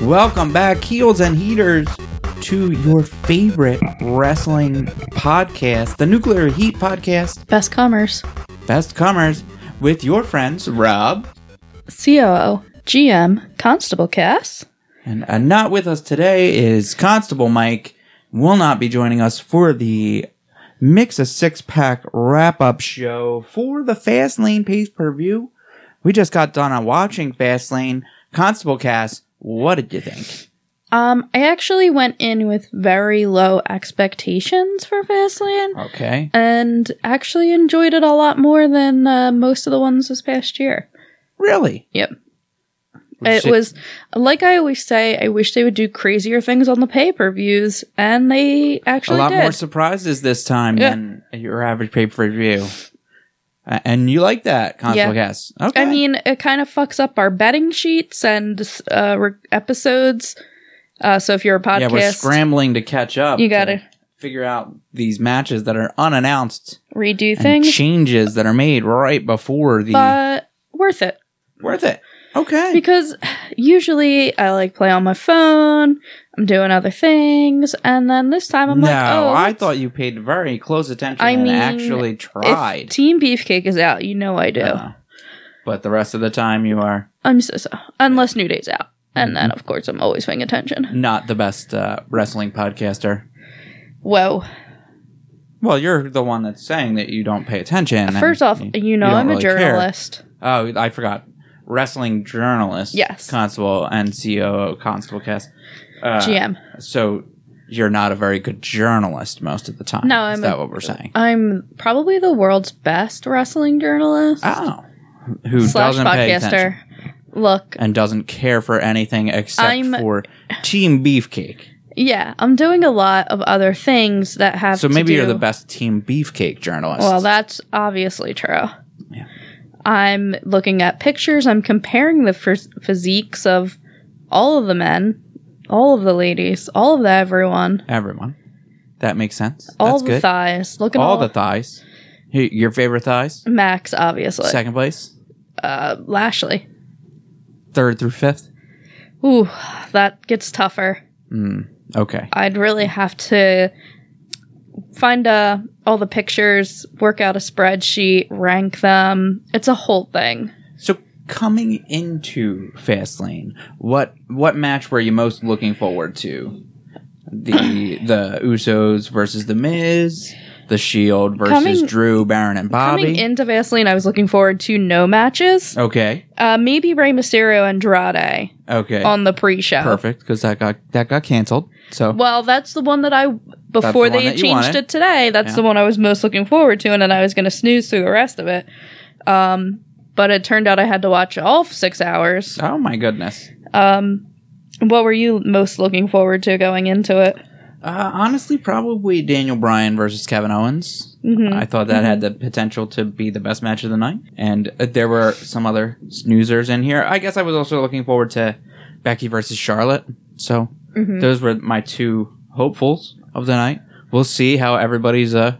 Welcome back, heels and heaters, to your favorite wrestling podcast, the Nuclear Heat Podcast, Best Commerce, Best Comers, with your friends Rob. COO, GM, Constable Cass. And uh, not with us today is Constable Mike. Will not be joining us for the Mix a Six Pack wrap up show for the Fastlane pay per view. We just got done on watching Fastlane. Constable Cass, what did you think? Um, I actually went in with very low expectations for Fastlane Okay. and actually enjoyed it a lot more than uh, most of the ones this past year. Really? Yep. It was, like I always say, I wish they would do crazier things on the pay per views, and they a actually lot did. more surprises this time Yeah. than your average pay per view. And you like that, Constable Cass? Okay. I mean, it kind of fucks up our betting sheets and uh, re- episodes. Uh, so if you're a yeah, podcast, we're scrambling to catch up. You to gotta- figure out these matches that are unannounced. redo and things, changes that are made right before the but worth it worth it. Okay. because usually I like play on my phone. I'm doing other things, and then this time I'm no, like, oh, I let's- thought you paid very close attention I and mean, actually if tried. Team Beefcake is out. You know I do. Uh, but the rest of the time, you are I'm so, so unless New Day's out, and Mm-hmm. then of course I'm always paying attention. not the best uh, wrestling podcaster. Whoa! Well, you're the one that's saying that you don't pay attention. and First off, you- you know don't I'm a really care. journalist. Oh, I forgot. Wrestling journalist. Yes. Constable and COO Constable Cast. Uh, GM. So you're not a very good journalist most of the time. No, Is I'm that a- what we're saying? I'm probably the world's best wrestling journalist Oh, who slash doesn't pay attention podcaster. Look, and doesn't care for anything except I'm- for Team Beefcake. yeah, I'm doing a lot of other things that have. So to maybe you're do- the best Team Beefcake journalist. Well, that's obviously true. Yeah. I'm looking at pictures. I'm comparing the phys- physiques of all of the men, all of the ladies, all of the everyone, everyone. That makes sense. all That's the good. thighs. Look at all the thighs. Y- Your favorite thighs? Max, obviously. Second place, uh, Lashley. third through fifth. Ooh, that gets tougher. Okay. I'd really have to find uh, all the pictures, work out a spreadsheet, rank them. It's a whole thing. So coming into Fastlane, what what match were you most looking forward to? The the Usos versus the Miz, the Shield versus Coming- Drew, Baron, and Bobby. Coming into Vaseline, I was looking forward to no matches. okay, Uh, maybe Rey Mysterio Andrade okay, on the pre-show. perfect because that got that got canceled. So Well, that's the one that I before the they one had that you wanted. changed it today. That's Yeah. the one I was most looking forward to, and then I was going to snooze through the rest of it. Um, but it turned out I had to watch all six hours. oh my goodness. Um, what were you most looking forward to going into it? Uh, honestly, probably Daniel Bryan versus Kevin Owens. Mhm. I thought that had the potential to be the best match of the night. And uh, there were some other snoozers in here. I guess I was also looking forward to Becky versus Charlotte. So Mm-hmm. those were my two hopefuls of the night. We'll see how everybody's uh,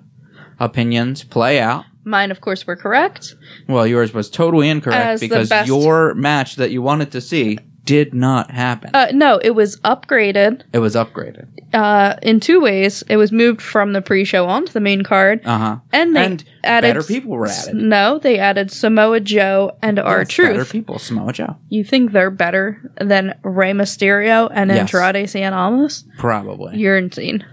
opinions play out. Mine, of course, were correct. Well, yours was totally incorrect As the because best- your match that you wanted to see did not happen. Uh, no, it was upgraded it was upgraded. uh, in two ways. It was moved from the pre-show onto the main card, Uh huh. and they and added better people were s- added. No, they added Samoa Joe and R Yes, Better Truth. people, Samoa Joe. You think they're better than Rey Mysterio and Yes. Andrade Cien Almas? Probably. You're insane.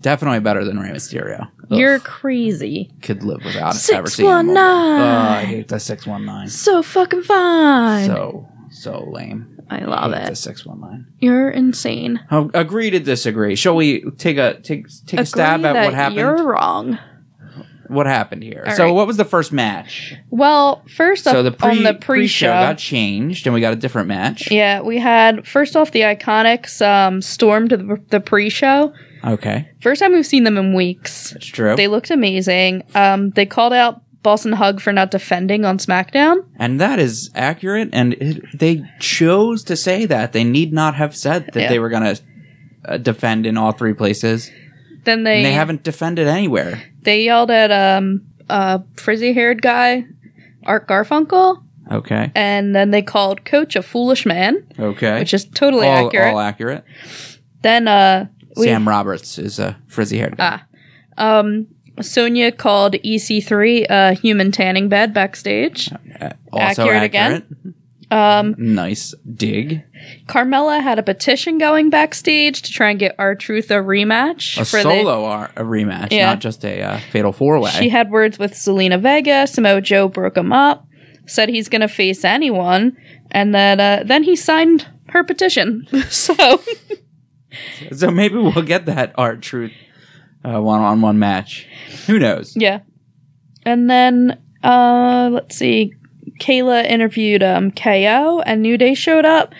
Definitely better than Rey Mysterio. Ugh. You're crazy. could live without it. ever seeing him 619. again. Ugh, Oh, I hate the six one nine. So fucking fine. So so lame. I love hate The it. six one nine. You're insane. Oh, agree to disagree. Shall we take a take take a stab Agree at that what happened? You're wrong. What happened here? All so right. what was the first match? Well, first up so the pre on the pre-show pre-show, got changed, and we got a different match. yeah, we had first off the Iconics um, stormed the, the pre-show. Okay, First time we've seen them in weeks. that's true. They looked amazing. Um, they called out Boston Hug for not defending on SmackDown. and that is accurate. And it, they chose to say that they need not have said that Yeah. they were going to uh, defend in all three places, Then they and they haven't defended anywhere. they yelled at um uh frizzy haired guy, Art Garfunkel. Okay. And then they called Coach a foolish man, Okay. which is totally all, accurate. all accurate. then uh, we, Sam Roberts is a frizzy haired guy. Ah. um, Sonia called EC3 a human tanning bed backstage. Uh, also Ah, accurate accurate. again. Um, Nice dig. Carmella had a petition going backstage to try and get our Truth a rematch A for the. solo R a rematch, Yeah. not just a uh, fatal four way. She had words with Selena Vega. Samoa Joe broke him up. Said he's going to face anyone, and then uh, then he signed her petition. so so maybe we'll get that art truth one on one match. Who knows? yeah, and then uh, let's see. Kayla interviewed um, KO, and New Day showed up.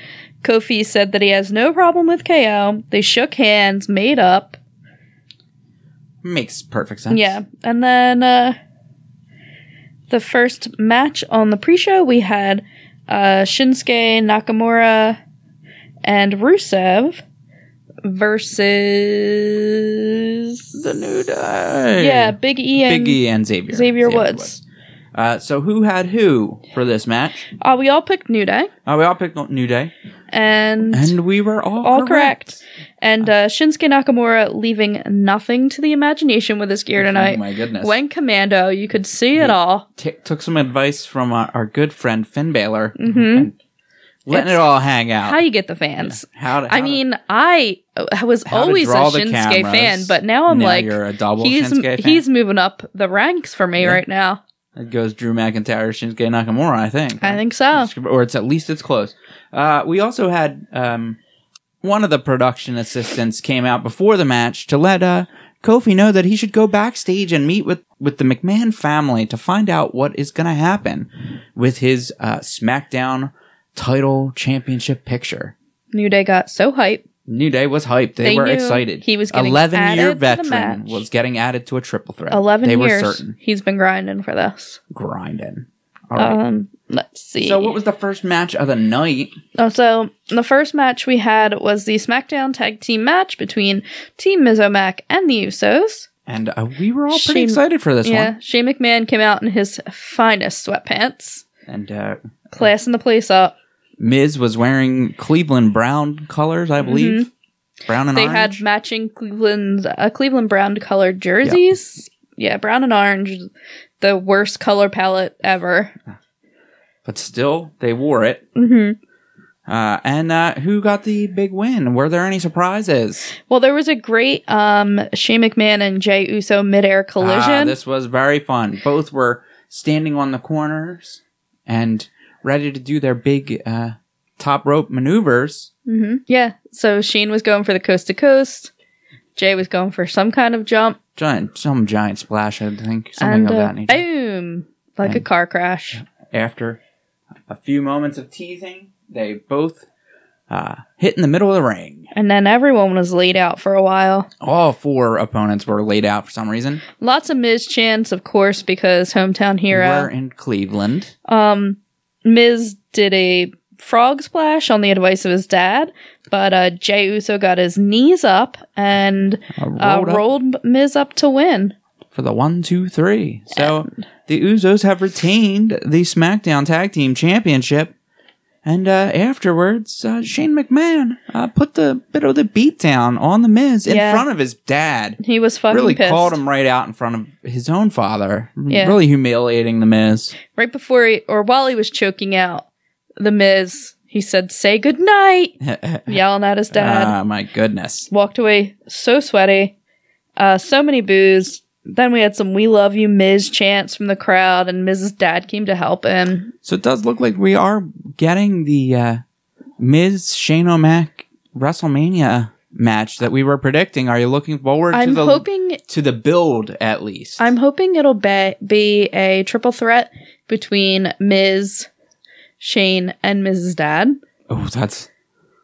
Kofi said that he has no problem with KO. They shook hands, made up. Makes perfect sense. Yeah, and then uh, the first match on the pre-show we had uh, Shinsuke Nakamura and Rusev versus The new day. yeah Big E and Biggie and Xavier. Xavier Woods. Uh, so who had who for this match? Uh, we all picked New Day Uh, we all picked New Day, and and, and we were all All correct. uh, Shinsuke Nakamura leaving nothing to the imagination with his gear Oh tonight. my goodness! Went commando, you could see it Yeah. all. T- took some advice from our, our good friend Finn Balor, Mhm. and letting It's- it all hang out. How you get the fans? How to, how I to- mean, I I was how to always a draw the Shinsuke cameras. fan, but now I'm Now like, you're a double he's Shinsuke fan. he's moving up the ranks for me Yeah. right now. It goes Drew McIntyre, Shinsuke Nakamura, I think. I think so. Or it's at least it's close. Uh, we also had um, one of the production assistants came out before the match to let uh, Kofi know that he should go backstage and meet with, with the McMahon family to find out what is going to happen with his uh, SmackDown title championship picture. New Day got so hyped. New Day was hyped. They, They were knew excited. he was getting added year to the match. veteran was getting added to a triple threat. Eleven they years were certain. he's been grinding for this. Grinding. All right. Um, let's see. So what was the first match of the night? Oh, so the first match we had was the SmackDown Tag Team match between Team Miz Mac and the Usos. And uh, we were all pretty Shane- excited for this yeah, one. Shane McMahon came out in his finest sweatpants, And uh, classing the place up. Miz was wearing Cleveland brown colors, I believe. Brown and Mm-hmm. they orange. had matching Cleveland uh, Cleveland brown colored jerseys. Yeah. brown and orange, the worst color palette ever. but still, they wore it. Mm-hmm. Uh, and uh, who got the big win? Were there any surprises? Well, there was a great um, Shane McMahon and Jay Uso midair Ah, collision. this was very fun. Both were standing on the corners and ready to do their big uh, top rope maneuvers. hmm Yeah, so Shane was going for the coast to coast. Jay was going for some kind of jump, Giant, some giant splash, I think, something and of uh, that nature. boom, like a And- car crash. After a few moments of teasing, they both uh, hit in the middle of the ring. And then everyone was laid out for a while. All four opponents were laid out for some reason. Lots of Miz chants, of course, because hometown hero. We're in Cleveland. Um, Miz did a frog splash on the advice of his dad, but uh, Jay Uso got his knees up and Uh, rolled uh, up rolled Miz up to win. for the one, two, three. So the Usos have retained the SmackDown Tag Team Championship. And uh, afterwards, uh, Shane McMahon uh, put the bit of the beatdown on the Miz in Yeah. front of his dad. He was fucking Really pissed. called him right out in front of his own father. Yeah. Really humiliating the Miz. right before he, or while he was choking out the Miz. He said, "Say goodnight," yelling at his dad. Ah, my goodness. Walked away so sweaty, uh, so many boos. Then we had some "We love you, Miz" chants from the crowd, and Miz's dad came to help him. So it does look like we are getting the uh, Miz Shane O'Mac WrestleMania match that we were predicting. Are you looking forward to I'm the hoping to the build at least? I'm hoping it'll be, be a triple threat between Ms. Shane and Mrs. Dad Oh, that's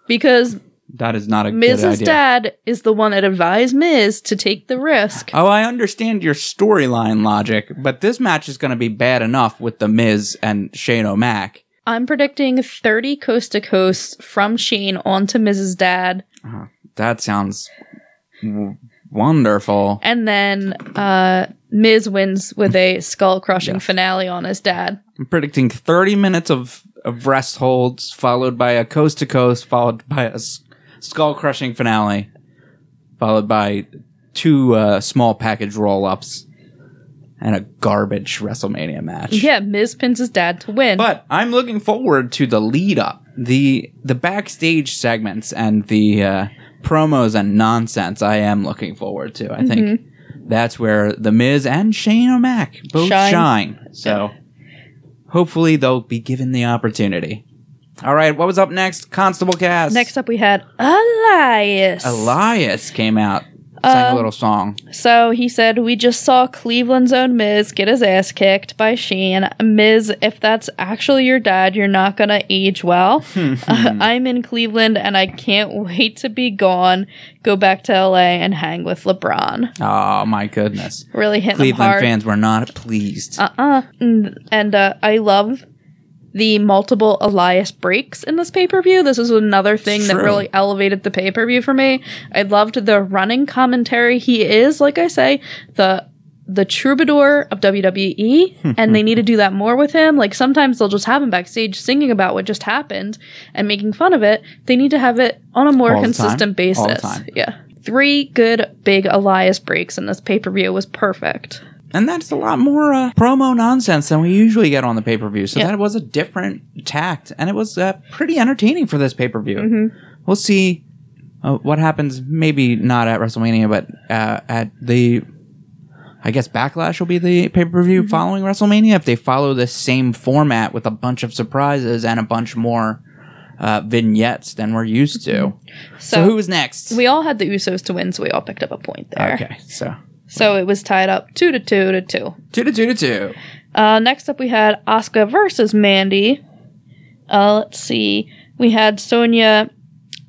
because that is not a good Mrs. idea. Dad is the one that advised Ms. to take the risk. Oh, I understand your storyline logic, but this match is going to be bad enough with the Miz and Shane O'Mac. I'm predicting 30 coast to coast from Shane onto Mrs. Dad Oh, that sounds w- wonderful. and then uh Miz wins with a skull crushing finale on his dad. I'm predicting 30 minutes of, of rest holds, followed by a coast to coast, followed by a skull crushing finale, followed by two uh, small package roll ups, and a garbage WrestleMania match. Yeah, Miz pins his dad to win. But I'm looking forward to the lead up, the the backstage segments, and the uh, promos and nonsense. I am looking forward to. I think that's where the Miz and Shane O'Mac both Mm-hmm. Shine. shine. So hopefully they'll be given the opportunity. All right, what was up next? Constable Cast. Next up, we had Elias. Elias came out, sang Um, a little song. So he said, We just saw Cleveland's own Miz get his ass kicked by Sheen. Miz, if that's actually your dad, you're not going to age well. I'm in Cleveland and I can't wait to be gone, go back to LA and hang with LeBron. Oh my goodness! Really hitting him Cleveland hard. fans were not pleased. Uh uh And, and, uh, I love the multiple Elias breaks in this pay per view. This is another thing that True. really elevated the pay per view for me. I loved the running commentary. He is, like I say, the the troubadour of Hmm. WWE, and they need to do that more with him. Like sometimes they'll just have him backstage singing about what just happened and making fun of it. They need to have it on a more All the time. consistent basis. All the time. Yeah. Three good big Elias breaks in this pay per view was perfect. And that's a lot more uh, promo nonsense than we usually get on the pay per view. So Yeah. that was a different tact, and it was uh, pretty entertaining for this pay per Mm-hmm. view. We'll see uh, what happens. Maybe not at WrestleMania, but uh, at the, I guess Backlash will be the pay per Mm-hmm. view following WrestleMania if they follow this same format with a bunch of surprises and a bunch more uh, vignettes than we're used to. So, who was next? Mm-hmm. We all had the Usos to win, so we all picked up a point there. okay, so So it was tied up two to two to two. two to two to two. Uh, next up, we had Oscar versus Mandy. Uh, let's see. We had Sonya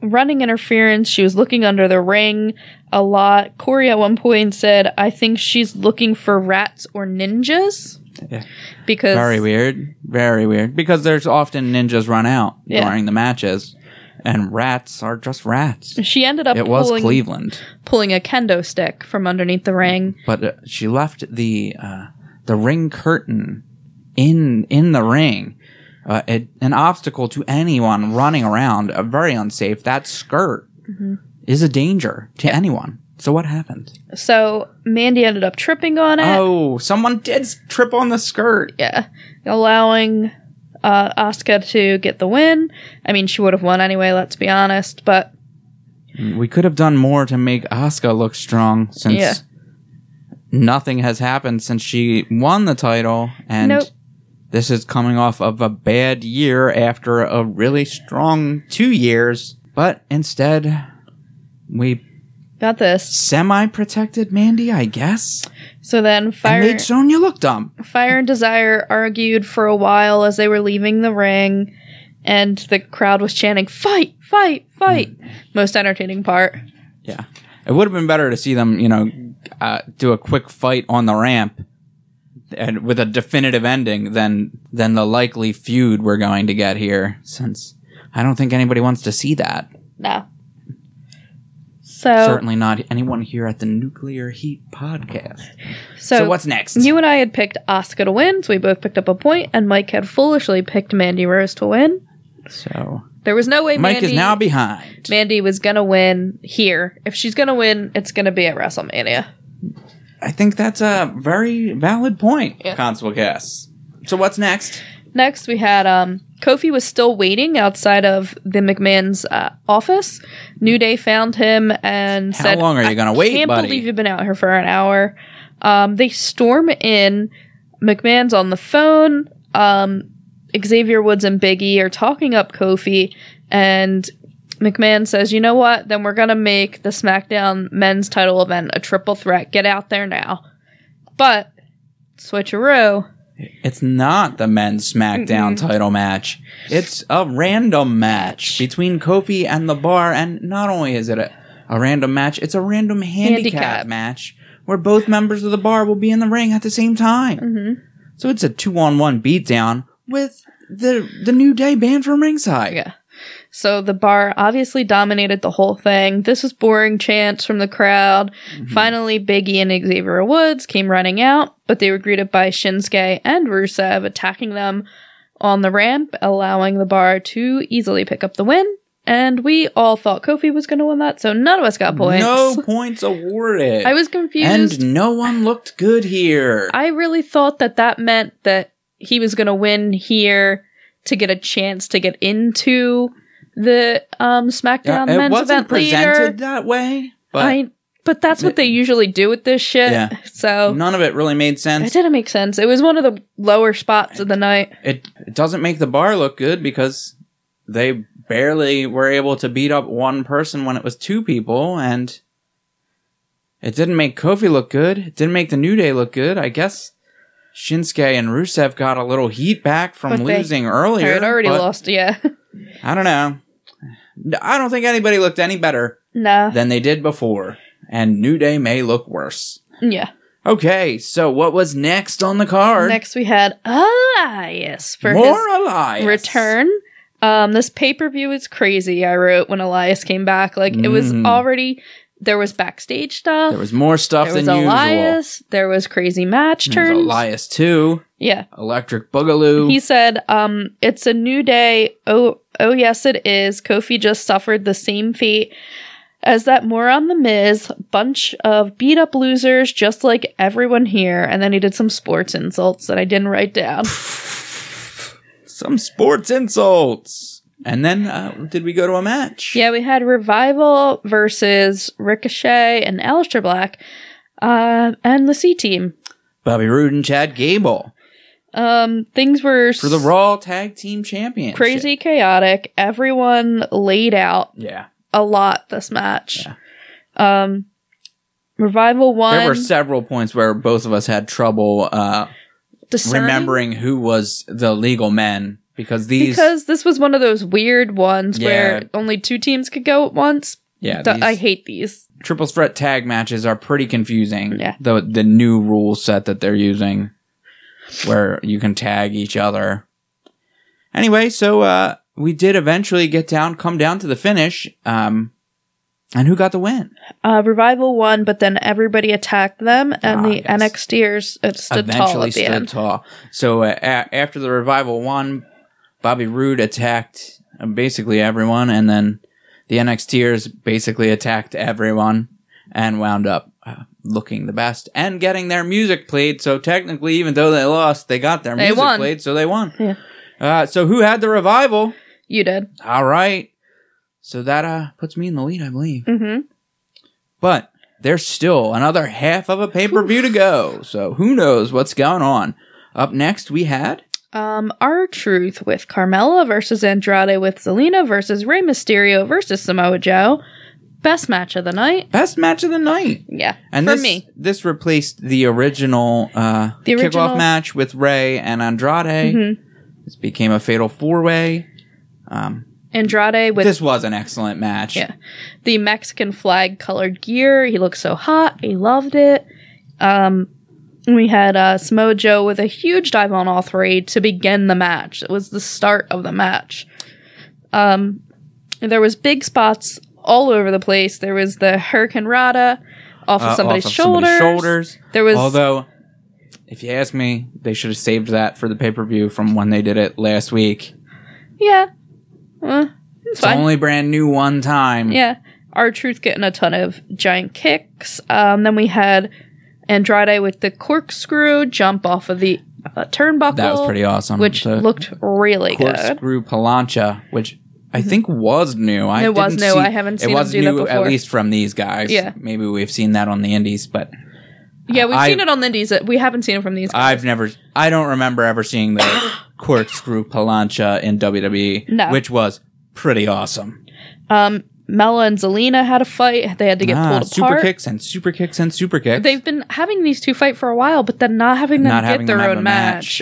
running interference. She was looking under the ring a lot. Corey at one point said, "I think she's looking for rats or ninjas." Yeah. Because Very weird. Very weird. Because there's often ninjas run out Yeah. during the matches, and rats are just rats. she ended up It was pulling, Cleveland, pulling a kendo stick from underneath the ring. but uh, she left the uh, the ring curtain in in the ring, uh, a- an obstacle to anyone running around. Uh, very unsafe. That skirt Mm-hmm. is a danger to anyone. So what happened? So Mandy ended up tripping on it. Oh, someone did s- trip on the skirt. yeah, allowing uh, Asuka to get the win. I mean, she would have won anyway. Let's be honest, but We could have done more to make Asuka look strong since Yeah. nothing has happened since she won the title and Nope. this is coming off of a bad year after a really strong 2 years but instead we got this. semi protected Mandy I guess So then, and fire, made Sonya look dumb fire and desire argued for a while as they were leaving the ring, and the crowd was chanting "fight, fight, fight." Hmm. Most entertaining part. Yeah. It would have been better to see them, you know, uh, do a quick fight on the ramp and with a definitive ending than than the likely feud we're going to get here since I don't think anybody wants to see that. No. So, Certainly not anyone here at the Nuclear Heat podcast. so, so what's next? You and I had picked Asuka to win, so we both picked up a point, and Mike had foolishly picked Mandy Rose to win. so There was no way Mike Mandy is now behind. Mandy was gonna win here. If she's gonna win, it's gonna be at WrestleMania. I think that's a very valid point, Yeah. Constable Cass. So what's next? Next, we had um, Kofi was still waiting outside of the McMahon's uh, office. New Day found him and How said, long are you "I gonna wait, Can't buddy?" believe you've been out here for an hour." Um, they storm in. McMahon's on the phone. Um, Xavier Woods and Biggie are talking up Kofi, and McMahon says, "You know what? Then we're gonna make the SmackDown Men's Title event a triple threat. Get out there now." But switcheroo. It's not the men's SmackDown title match. It's a random match between Kofi and the bar. And not only is it a, a random match, it's a random handicap, Handicap. match where both members of the bar will be in the ring at the same time. Mm-hmm. So it's a two on one beatdown with the, the New Day banned from ringside. Yeah. So the bar obviously dominated the whole thing. This was boring chants from the crowd. Mm-hmm. Finally, Biggie and Xavier Woods came running out, but they were greeted by Shinsuke and Rusev attacking them on the ramp, allowing the bar to easily pick up the win. And we all thought Kofi was going to win that, so none of us got points. No points awarded. I was confused. and no one looked good here. I really thought that that meant that he was going to win here to get a chance to get into the um, Yeah, SmackDown it men's wasn't event presented later. that way, but I, but that's what they usually do with this shit. Yeah. So none of it really made it sense. didn't make sense. It was one of the lower spots of the night. It, it doesn't make the bar look good because they barely were able to beat up one person when it was two people, and it didn't make Kofi look good. It didn't make the New Day look good. I guess Shinsuke and Rusev got a little heat back from But they- losing earlier. I had already but lost. Yeah. I don't know. I don't think anybody looked any better no. than they did before, and New Day may look worse. Yeah. Okay, so what was next on the card? Next we had Elias for his More Elias return. Um, this pay per view is crazy. I wrote when Elias came back. Like it was Mm. already there was backstage stuff. There was more stuff There was than usual. Elias. There was crazy match There turns. was Elias too. Yeah, Electric Boogaloo. he said, um, "It's a new day. Oh, oh yes, it is." Kofi just suffered the same fate as that moron, the Miz, bunch of beat up losers, just like everyone here. And then he did some sports insults that I didn't write down. Some sports insults. And then uh, did we go to a match? Yeah, we had Revival versus Ricochet and Aleister Black, uh, and the C Team. Bobby Roode and Chad Gable Um, things were for the s- Raw Tag Team Championship. crazy, chaotic. Everyone laid out Yeah. a lot this match. Um, Revival won. There were several points where both of us had trouble uh, discerning- remembering who was the legal men because these. because this was one of those weird ones Yeah. where only two teams could go at once. yeah, Th- these- I hate these. triple threat tag matches are pretty confusing. Yeah. The the new rule set that they're using where you can tag each other. Anyway, so uh we did eventually get down come down to the finish. Um and who got the win? Uh, Revival won, but then everybody attacked them, Ah, and the yes. NXTers uh, stood tall eventually at the stood end. tall. So uh, a- after the revival won, Bobby Roode attacked uh, basically everyone and then the NXTers basically attacked everyone and wound up uh, looking the best and getting their music played. So technically, even though they lost, they got their They music won. played, so they won. Yeah. Uh, so who had the revival? You did. All right. So that uh, puts me in the lead, I believe. Mm-hmm. But there's still another half of a pay per view to go. So who knows what's going on. Up next, we had Um, our truth with Carmella versus Andrade with Zelina versus Rey Mysterio versus Samoa Joe. Best match of the night. best match of the night. Yeah, And for this, me. this replaced the original, uh, The original- kickoff match with Ray and Andrade. Mhm. This became a fatal four way. Um, Andrade with this was an excellent match. Yeah. the Mexican flag colored gear. He looked so hot. I loved it. Um, we had uh, Samoa Joe with a huge dive on all three to begin the match. It was the start of the match. Um, there was big spots all over the place. There was the Hurricane Rada off Uh, of somebody's off of shoulders. shoulders. There was Although, if you ask me, they should have saved that for the pay per view from when they did it last week. Yeah. Uh, It's it's fine. only brand new one time. yeah. Our truth getting a ton of giant kicks. Um, then we had Andrade with the corkscrew jump off of the uh, turnbuckle. That was pretty awesome. Which The looked really good. corkscrew palancha, which I think was new. I Mm-hmm. It was didn't new. see- I haven't seen It them was do that new, at before. least from these guys. Yeah. maybe we've seen that on the indies, but Yeah, we've I- seen it on the Indies. uh, We haven't seen it from these. guys. I've never. I don't remember ever seeing the corkscrew palancha in WWE, No. which was pretty awesome. Um, Mella and Zelina had a fight. They had to get Ah, pulled super apart. kicks and super kicks and super kicks. They've been having these two fight for a while, but then not having them Not get having their them have own a match,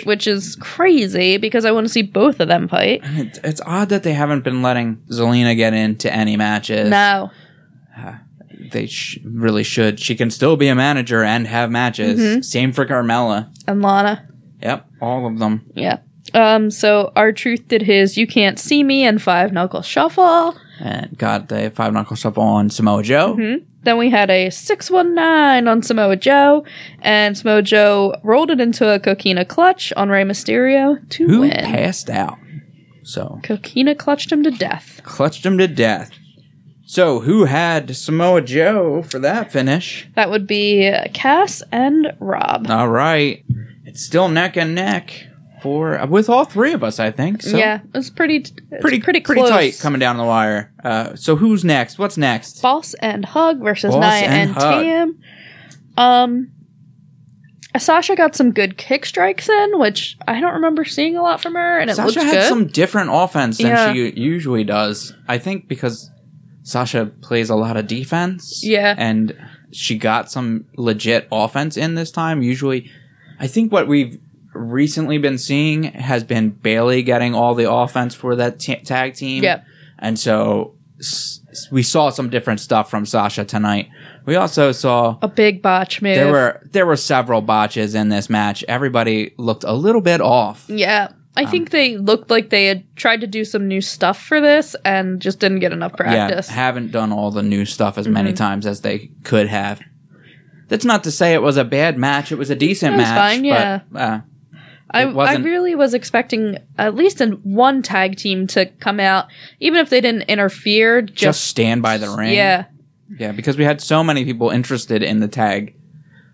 match. which is crazy because I want to see both of them fight. And it- it's odd that they haven't been letting Zelina get into any matches. No. They sh- really should. She can still be a manager Mm-hmm. and have matches. Same for Carmella. And Lana. Yep, all of them. Yeah. Um, so our truth did his "You Can't See Me" and five knuckle shuffle. and got the five knuckle shuffle on Samoa Joe. hmm Then we had a six one nine on Samoa Joe, and Samoa Joe rolled it into a coquina clutch on Rey Mysterio to who win. passed out. So Coquina clutched him to death. clutched him to death. So who had Samoa Joe for that finish? That would be Cass and Rob. All right, it's still neck and neck for with all three of us, I think. So yeah, it was pretty, it's pretty pretty, pretty close. tight coming down the wire. Uh, so who's next? What's next? Boss and Hug versus Boss Nia and and, Hug. Tam. Um, Sasha got some good kick strikes in, which I don't remember seeing a lot from her, and it Sasha looks had good. some different offense than Yeah. she usually does. I think because Sasha plays a lot of defense. Yeah. And she got some legit offense in this time. Usually, I think what we've recently been seeing has been Bailey getting all the offense for that t- tag team. Yep. And so s- we saw some different stuff from Sasha tonight. We also saw a big botch move. there were there were several botches in this match. Everybody looked a little bit off. yeah. um, I think they looked like they had tried to do some new stuff for this and just didn't get enough practice. Mm-hmm. Yeah, haven't done all the new stuff as many times as they could have. That's not to say it was a bad match. It was a decent It was match. fine, yeah. But, uh, I, It wasn't- I really was expecting at least in one tag team to come out, even if they didn't interfere. Just, just, stand by the ring. yeah, Yeah, because we had so many people interested in the tag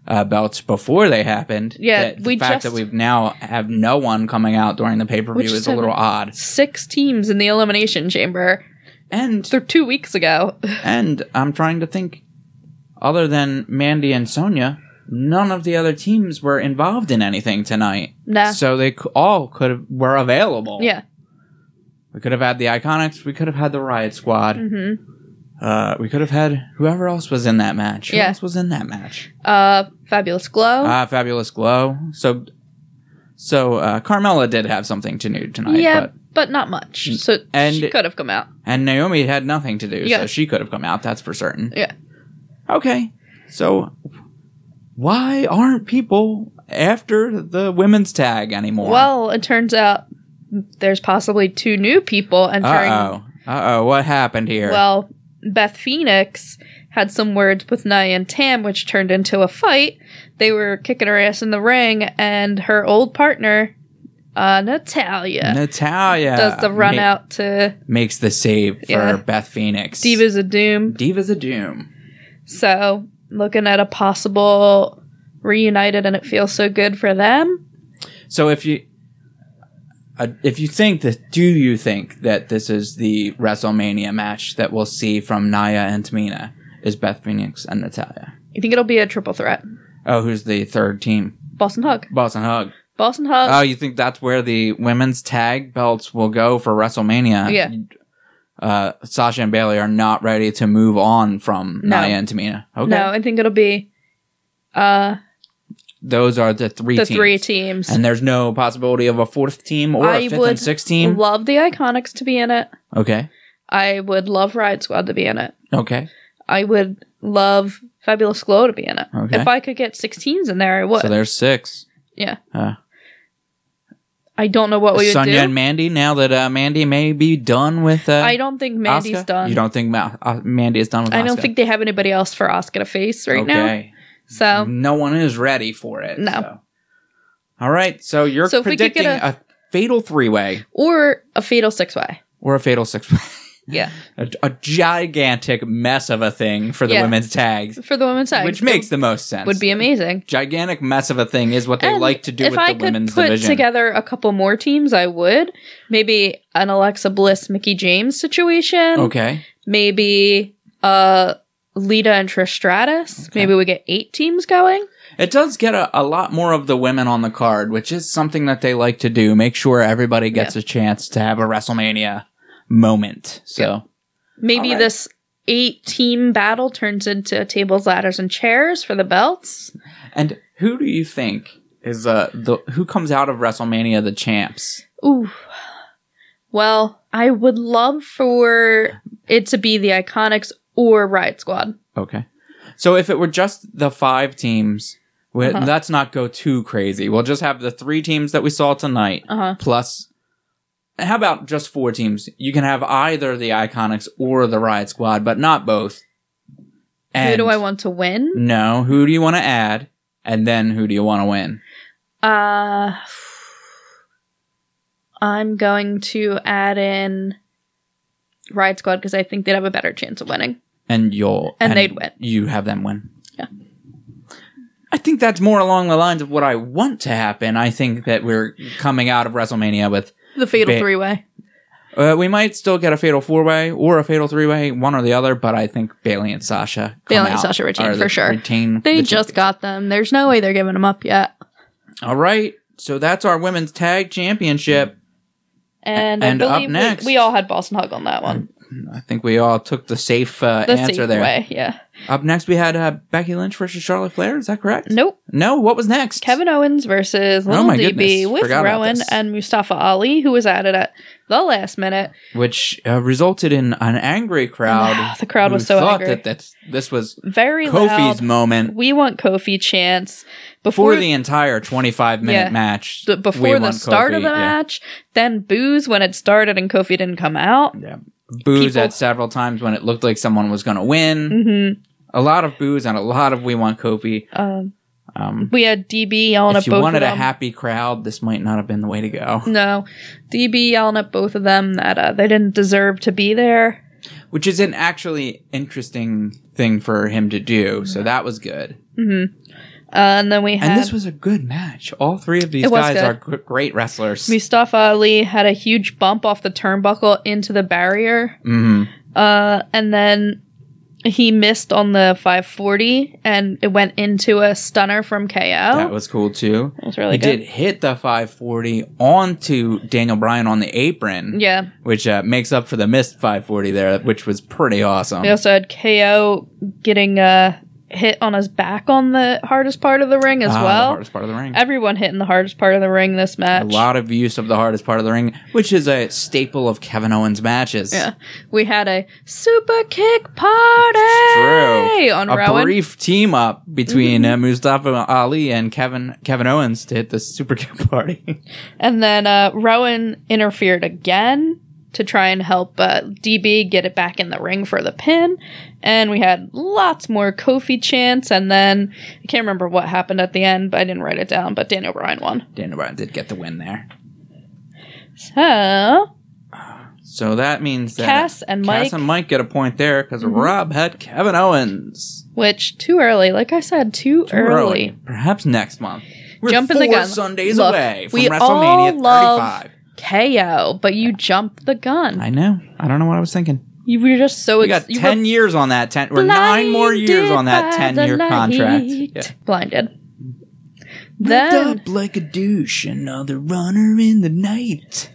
uh, belts before they happened. Yeah, that the we fact that just- we've now have no one coming out during the pay per We view is just a had- little odd. six teams in the elimination chamber. And They're two weeks ago. and I'm trying to think, other than Mandy and Sonya, none of the other teams were involved in anything tonight. nah, So they c- all could have were available. yeah, We could have had the Iconics. We could have had the Riot Squad. hmm Uh, we could have had whoever else was in that match. Who Yeah. else was in that match? uh, fabulous glow. Ah, Fabulous Glow. So, so uh, Carmella did have something to do tonight. yeah, But, Mm, but, not much. So and- she could have come out. and Naomi had nothing to do, so Yeah. she could have come out. That's for certain. Yeah. Okay. So, why aren't people after the women's tag anymore? Well, it turns out there's possibly two new people entering. uh oh, uh oh, what happened here? Well, Beth Phoenix had some words with Nia and Tam, which turned into a fight. They were kicking her ass in the ring, and her old partner, uh, Natalia, Natalia does the run ma- out to makes the save for Yeah. Beth Phoenix. Divas of Doom. Divas of Doom. So, looking at a possible reunited, and it feels so good for them. So if you uh, if you think that, do you think that this is the WrestleMania match that we'll see from Naya and Tamina? Is Beth Phoenix and Natalia? You think it'll be a triple threat? Oh, who's the third team? Boston Hug. Boston Hug. Boston Hug. Oh, you think that's where the women's tag belts will go for WrestleMania? Yeah. Uh, Sasha and Bailey are not ready to move on from No. Naya and Tamina. Okay. No, I think it'll be uh, Those are the three the teams. three teams. And there's no possibility of a fourth team or a I fifth would and sixth team. Love the Iconics to be in it. okay. I would love Ride Squad to be in it. Okay. I would love Fabulous Glow to be in it. Okay. If I could get 16s in there, I would. So there's six. yeah. Uh, I don't know what we would Sonya Oh, do. and Mandy. Now that uh, Mandy may be done with, uh, I don't think Mandy's Asuka? done. You don't think Ma- uh, Mandy is done with? I don't Asuka? think they have anybody else for Asuka to face right now. okay. So no one is ready for it. No. so. All right. So you're So if we could predicting get a-, fatal three way or a fatal six way. or a fatal six way. Yeah. A, a gigantic mess of a thing for the Yeah. women's tags, For the women's side. which makes the most sense. would be amazing. gigantic mess of a thing is what they And like to do if with I the could women's put division. together a couple more teams, I would. Maybe an Alexa Bliss, Mickey James situation. okay. Maybe uh Lita and Trish Stratus. Okay. Maybe we get eight teams going. It does get a, a lot more of the women on the card, which is something that they like to do. Make sure everybody gets a chance to have a WrestleMania moment. So, Maybe All right. this eight team battle turns into tables, ladders, and chairs for the belts. and who do you think is uh, the who comes out of WrestleMania the champs? Ooh. Well, I would love for it to be the Iconics or Riot Squad. Okay. So if it were just the five teams, We, Uh-huh. Let's not go too crazy. We'll just have the three teams that we saw tonight, Uh huh. plus. How about just four teams? You can have either the Iconics or the Riot Squad, but not both. Who do I want to win? No. Who do you want to add? And then who do you want to win? Uh, I'm going to add in Riot Squad because I think they'd have a better chance of winning. And you'll And they'd win. You have them win. Yeah. I think that's more along the lines of what I want to happen. I think that we're coming out of WrestleMania with The Fatal Ba- Three Way. Uh, we might still get a fatal four way or a fatal three way, one or the other. But I think Bailey and Sasha, come Bailey and out, Sasha retain are for the- sure. Retain. They the just champions. got them. There's no way they're giving them up yet. all right. So that's our women's tag championship. And, I And up believe we- next- we, all had Boston Hug on that one. I think we all took the safe uh, The answer safe there. way, yeah. Up next, we had uh, Becky Lynch versus Charlotte Flair. Is that correct? Nope. No. What was next? Kevin Owens versus Oh Little my DB goodness, with forgot about Rowan this. and Mustafa Ali, who was added at the last minute. which uh, resulted in an angry crowd. the crowd who was so thought angry. that that's, this was Very Kofi's loud. moment We want Kofi chance for before the entire twenty-five minute Yeah. match. the, We before the want start of Kofi, the yeah. match, then boos when it started and Kofi didn't come out. Yeah. Booze People- at several times when it looked like someone was going to win. hmm A lot of booze and a lot of we want Kofi. Um, Um, we had DB yelling if at you both of wanted a them. happy crowd, this might not have been the way to go. no, DB yelling at both of them that uh, they didn't deserve to be there. Which is an actually interesting thing for him to do. So that was good. hmm Uh, and then we had And this was a good match. All three of these It was guys good. are gr- great wrestlers. Mustafa Ali had a huge bump off the turnbuckle into the barrier. hmm Uh, and then he missed on the 540 and it went into a stunner from KO. That was cool too. It Oh. was really he good. did hit the 540 onto Daniel Bryan on the apron, Yeah. which uh, makes up for the missed 540 there, which was pretty awesome. We also had KO getting uh, hit on his back on the hardest part of the ring as Ah, the well. hardest part of the ring. Everyone hitting the hardest part of the ring this A match. lot of use of the hardest part of the ring, which is a staple of Kevin Owens matches. Yeah. We had a super kick party It's on a Rowan. Mm-hmm. brief team up between uh, Mustafa Ali and Kevin Kevin Owens to hit the super kick party. And then uh, Rowan interfered again to try and help uh, DB get it back in the ring for the pin. And we had lots more Kofi chants. And then I can't remember what happened at the end, but I didn't write it down. But Daniel Bryan won. Daniel Bryan did get the win there, So so that means that Cass and Mike, Mm-hmm. Cass and Mike get a point there because Rob had Kevin Owens which too early. Like I said, too, Too early. perhaps next month. We're Jumping four the gun. Sundays Look, away from we WrestleMania all love- 35. KO, but you jumped the gun. I know. I don't know what I was thinking. You were just so we ex- got you were ten years on that ten. We're nine more years on that blinded by ten-year the contract. light. Yeah. Blinded. Then up like a douche, another runner in the night.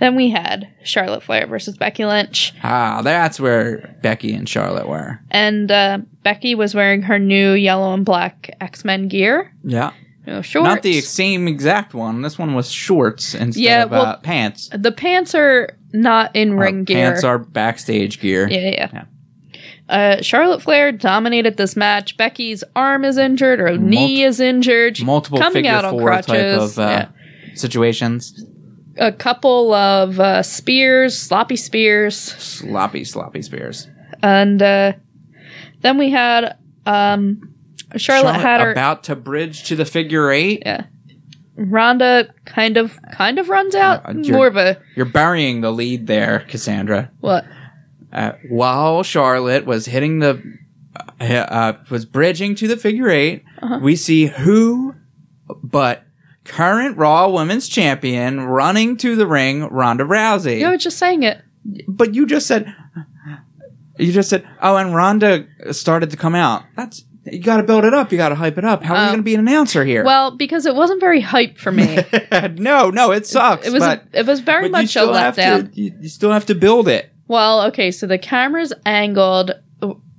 Then we had Charlotte Flair versus Becky Lynch, Ah, that's where Becky and Charlotte were. and uh, Becky was wearing her new yellow and black X Men gear. Yeah, No shorts. not the ex- same exact one. This one was shorts instead Yeah, of uh, well, pants. the pants are not in Our ring gear. Oh, Pants are backstage gear. yeah, yeah. Yeah. Uh, Charlotte Flair dominated this match. Becky's arm is injured, her knee is injured. She's Multiple coming figure out on four type crutches. of uh, situations. yeah. A couple of uh, spears, sloppy spears. Sloppy, sloppy spears. And uh, then we had um, Charlotte, had her. about to bridge to the figure eight. Yeah. Rhonda kind of kind of runs out Uh, you're- more of a You're burying the lead there, Cassandra. what? uh, while Charlotte was hitting the uh, uh, was bridging to the figure 8 Uh-huh. we see who but current Raw Women's Champion running to the ring, Ronda Rousey. You were just saying it. But you just said you just said, oh, and Ronda started to come out. That's you got to build it up. You got to hype it up. How are you Oh. going to be an announcer here? Well, because it wasn't very hype for me. no, no, it sucks. it was but, a, it was but very you much a still have to- letdown. you- you still have to build it. Well, okay, so the camera's angled.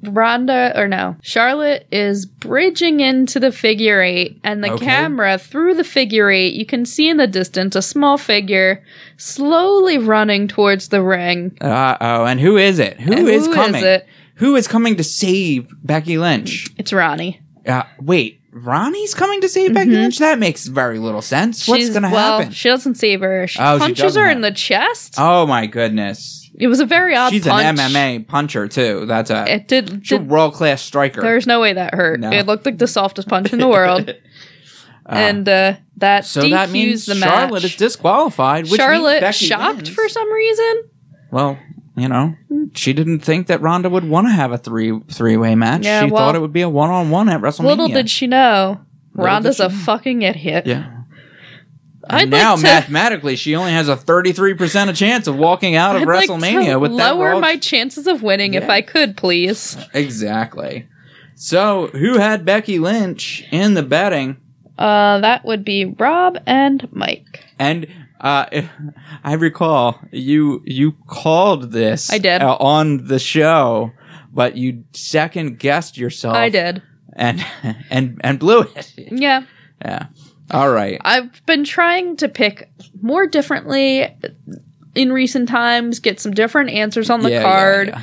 Rhonda or no, Charlotte is bridging into the figure eight, and the Okay. camera through the figure eight. You can see in the distance a small figure slowly running towards the ring. Uh oh, and who is it? Who And is who is coming? it? Who is coming to save Becky Lynch? It's Ronnie. Uh, wait, Ronnie's coming to save Becky Mhm. Lynch? That makes very little sense. What's She's- going to well, happen? She doesn't save her. She Oh, she punches doesn't her have- in the chest. oh my goodness. it was a very odd She's punch. an MMA puncher, too. That's a, It did. she's a did- world class striker. there's no way that hurt. No. It looked like the softest punch in the world, Uh, and uh, that so DQs that means the match. Charlotte is disqualified. Which means Charlotte Becky shocked wins. for some reason. Well, you know, she didn't think that Ronda would want to have a three three way match. Yeah, she well- thought it would be a one on one at WrestleMania. Little did she know, Little Ronda's did a she know. fucking idiot. yeah. I'd And now like to, mathematically, she only has a thirty three percent chance of walking out of I'd like to WrestleMania with that lower Raw- my chances of winning if Yeah. I could, please. exactly. So, who had Becky Lynch in the betting? Uh, that would be Rob and Mike. And uh, I recall you you called this. I did. uh, on the show, but you second guessed yourself. I did. and and and blew it. Yeah, Yeah. All right. I've been trying to pick more differently in recent times. Get some different answers on the Yeah, yeah, card. yeah.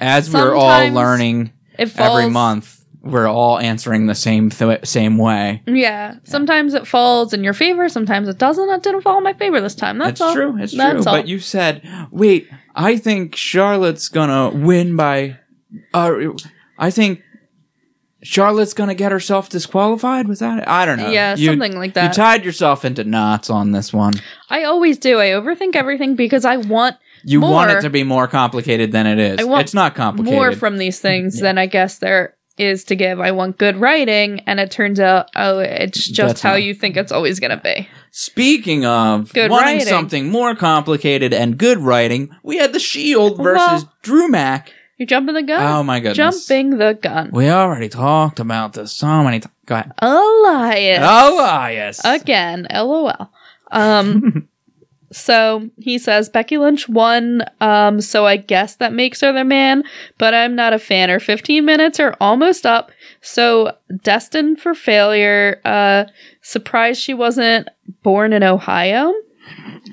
As we're all Sometimes learning It falls every month, we're all answering the same th- same way. Yeah, sometimes it falls in your favor. Sometimes it doesn't. It didn't fall in my favor this time. That's, That's all. true. It's true. That's all. But you said, "Wait, I think Charlotte's gonna win by." Uh, I think Charlotte's gonna get herself disqualified. Was that? it? I don't know. Yeah, You- something like that. You tied yourself into knots on this one. I always do. I overthink everything because I want You want More. it to be more complicated than it is. I want it's not complicated. more from these things than I guess there is to give. I want good writing, and it turns out, oh, it's just That's how not- you think it's always going to be. Speaking of Good wanting writing. something more complicated and good writing, we had the Shield versus Well- Drew Mac. You're jumping the Oh gun. my goodness! jumping the gun. We already talked about this so many Oh, times. Go ahead. Elias. Elias. Again, lol. Um, so he says Becky Lynch won. Um, so I guess that makes her the man, but I'm not a fan. Her 15 minutes are almost up, so destined for failure. Uh, surprised she wasn't born in Ohio.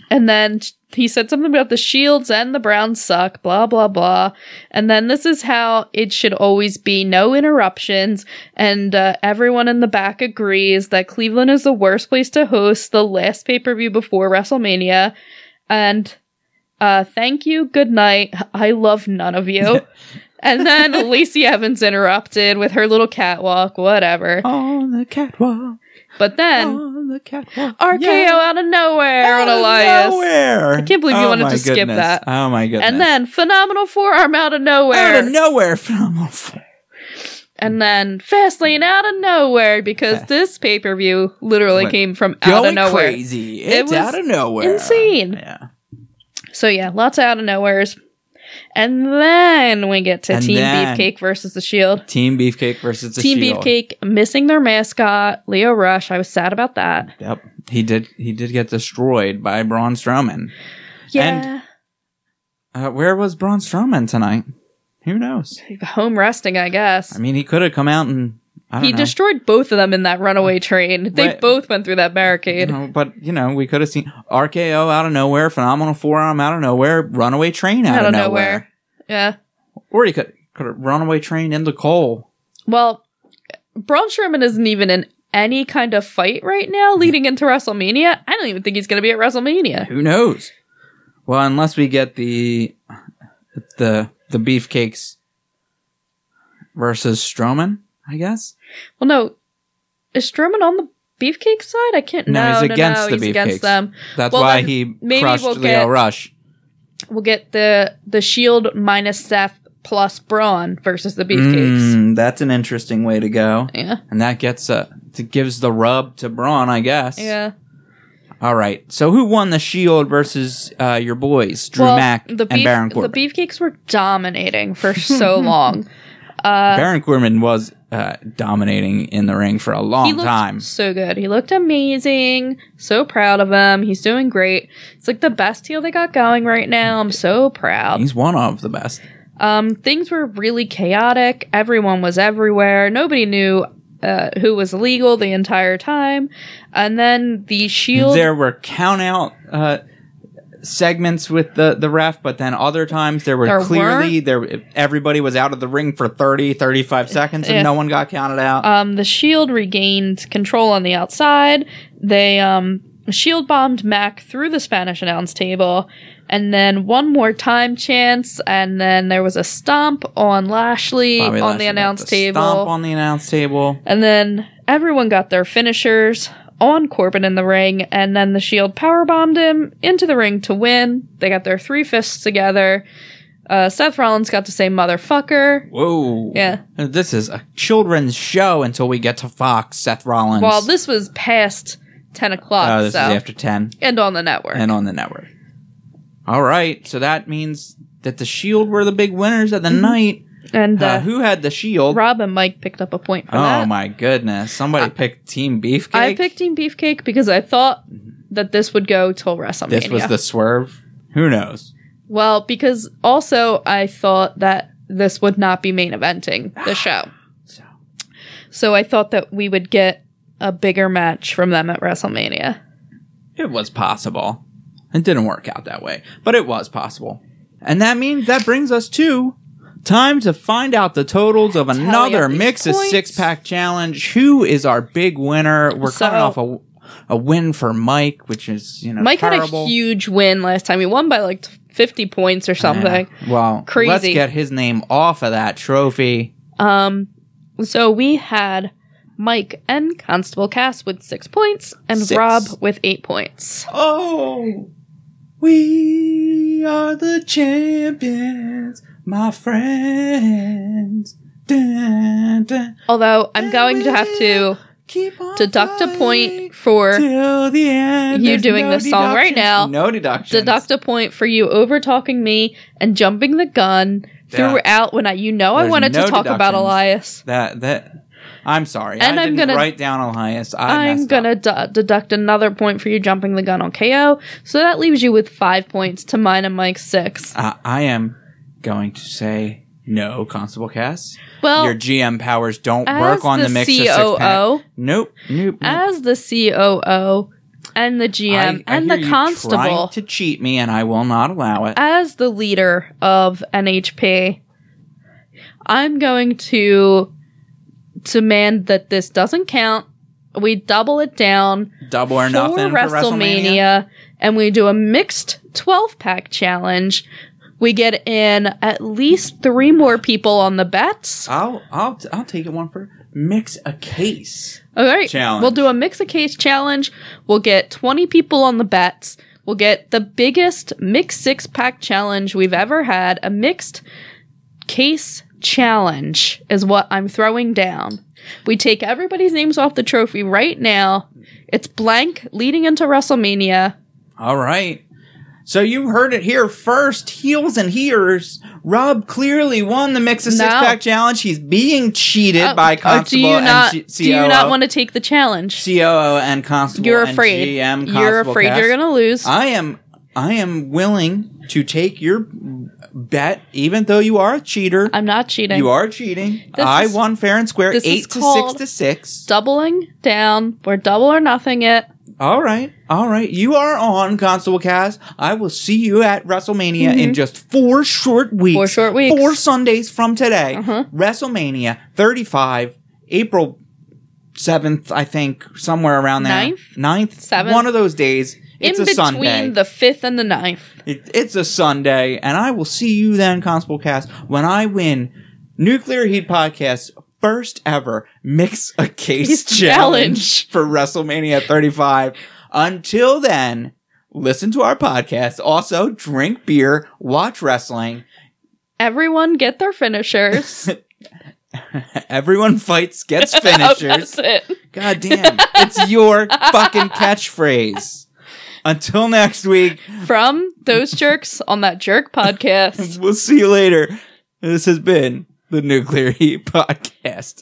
And then he said something about the Shields and the Browns suck, blah, blah, blah. And then this is how it should always be no interruptions. And uh, everyone in the back agrees that Cleveland is the worst place to host the last pay per view before WrestleMania. And uh, thank you, good night. I love none of you. and then Lacey Evans interrupted with her little catwalk, whatever. on the catwalk. But then on the catwalk. RKO out of nowhere Oh, Out on of Elias. nowhere. I can't believe you Oh wanted my to skip goodness. that. Oh my goodness. And then phenomenal forearm out of nowhere. out of nowhere from and then fast lane out of nowhere because this pay per view literally Went came from out of going nowhere. crazy. It It's was out of nowhere. insane. Yeah. So yeah, lots of out of nowheres. And then we get to And Team then- Beefcake versus the Shield. Team Beefcake versus the Team Shield. Beefcake missing their mascot, Leo Rush. I was sad about that. Yep. He did. He did get destroyed by Braun Strowman. Yeah. Uh, where was Braun Strowman tonight? Who knows? Home resting, I guess. I mean, he could have come out and I don't he know. destroyed both of them in that runaway train. They Right. both went through that You barricade. know, but you know, we could have seen RKO out of nowhere, phenomenal forearm out of nowhere, runaway train out, of nowhere. Yeah. or he could could have runaway train into Cole. Well, Braun Strowman isn't even in any kind of fight right now leading into WrestleMania. I don't even think he's going to be at WrestleMania. Who knows? Well, unless we get the the the beefcakes versus Strowman, I guess. Well, no. Is Strowman on the Beefcake side? I can't No, know. he's against the he's against Beefcakes. them. That's Well, why then he maybe crushed we'll Leo get- Rush. We'll get the the Shield minus Seth plus Braun versus the Beefcakes. Mm, that's an interesting way to go, Yeah. and that gets uh, to gives the rub to Braun, I guess. Yeah. All right. So who won the Shield versus uh, your boys, Drew well, Mack the and beef- Baron the Corbin? Beefcakes were dominating for so long. Baron Corbin was uh, dominating in the ring for a long he looked time. so good. He looked amazing. So proud of him. He's doing great. It's like the best heel they got going right now. I'm so proud. He's one of the best. Um, things were really chaotic. Everyone was everywhere. Nobody knew uh, who was legal the entire time. And then the shield. There were count out uh, segments with the the ref, but then other times there were There clearly there everybody was out of the ring for 30, 35 seconds and Yeah. no one got counted out. Um, the shield regained control on the outside. They um, shield bombed Mac through the Spanish announce table, and then one more time chance, and then there was a stomp on Lashley Bobby on Lashley the got announce the table, Stomp on the announce table. and then everyone got their finishers on Corbin in the ring, and then the shield power bombed him into the ring to win. They got their three fists together. Uh, Seth Rollins got to say "motherfucker." Whoa. Yeah. This is a children's show until we get to Fox, Seth Rollins. Well, this was past ten o'clock, Oh, this Uh, so is after 10 and on the network. and on the network. All right. So that means that the Shield E were the big winners of the Mm-hmm. night. And uh, Uh, who had the Shield? Rob and Mike picked up a point for oh, that. my goodness. Somebody picked Team Beefcake. I picked Team Beefcake because I thought that this would go till WrestleMania. Mm-hmm. This was the swerve. Who knows? well, because also I thought that this would not be main eventing the show. So. So I thought that we would get a bigger match from them at WrestleMania. It was possible. It didn't work out that way, but it was possible. And that means that brings us to time to find out the totals of another up these mix of points. six pack challenge. Who is our big winner? We're So- coming off a, a win for Mike, which is you know Mike terrible. had a huge win last time. He won by like 50 points or something. Yeah. Well, Let's Crazy. get his name off of that trophy. Um, so we had Mike and Constable Cass with six points, and Six. Rob with eight points. Oh, we are the champions, my friends. Dun, dun. Although I'm going to have to Keep on deduct a point fighting for till the end. you There's doing this song right deductions. now. No deductions. deduct a point for you over talking me and jumping the gun Yeah. throughout when I you know I There's wanted no to talk about deductions. Elias. that that. I'm sorry. And I I'm didn't gonna- write down Elias. I I'm messed gonna up. d- deduct another point for you jumping the gun on KO, so that leaves you with five points to mine and Mike's six. Uh, I am going to say no, Constable Cass. Well, Your GM powers don't as work on the, mix of six pack. COO, Nope. Nope. nope. as the COO and the GM Mm. I- I and hear the you constable, trying to cheat me, and I will not allow it. as the leader of NHP, I'm going to demand that this doesn't count. We double it down Double or for nothing for WrestleMania. WrestleMania, and we do a mixed 12 pack challenge. We get in at least three more people on the bets. I'll I'll I'll take it one for mix a case. All right. Challenge. We'll do a mix a case challenge. We'll get 20 people on the bets. We'll get the biggest mixed six pack challenge we've ever had. A mixed case challenge is what I'm throwing down. We take everybody's names off the trophy right now. It's blank leading into WrestleMania. All right. So you heard it here first, heels and hearers. Rob clearly won the mix of No. six pack challenge. He's being cheated Oh, by oh, Constable do you not, and G- do you not COO. want to take the challenge? COO and Constable. You're and afraid. GM You're Constable afraid Cass. you're going to lose. I am I am willing to take your bet, even though you are a cheater. I'm not cheating. You are cheating. This I is- won fair and square, this is eight to six called- to six. doubling down. We're double or nothing it. All right, all right. You are on Constable Cass. I will see you at WrestleMania in just four short weeks. Mm-hmm. Four short weeks. Four Sundays from today. Uh-huh. WrestleMania 35, April 7th, I think, somewhere around there. Ninth? 9th? Seventh? One of those days. It's in a between Sunday. the fifth and the ninth. It, it's a Sunday, and I will see you then, Constable Cast, when I win Nuclear Heat Podcast first ever Mix a Case Case challenge. challenge. for WrestleMania 35. Until then, listen to our podcast. Also, drink beer, watch wrestling. Everyone get their finishers. Everyone fights, gets Oh, finishers. that's it. God damn, it's your fucking catchphrase. Until next week, From those jerks on that jerk podcast. we'll see you later. This has been the Nuclear Heat Podcast.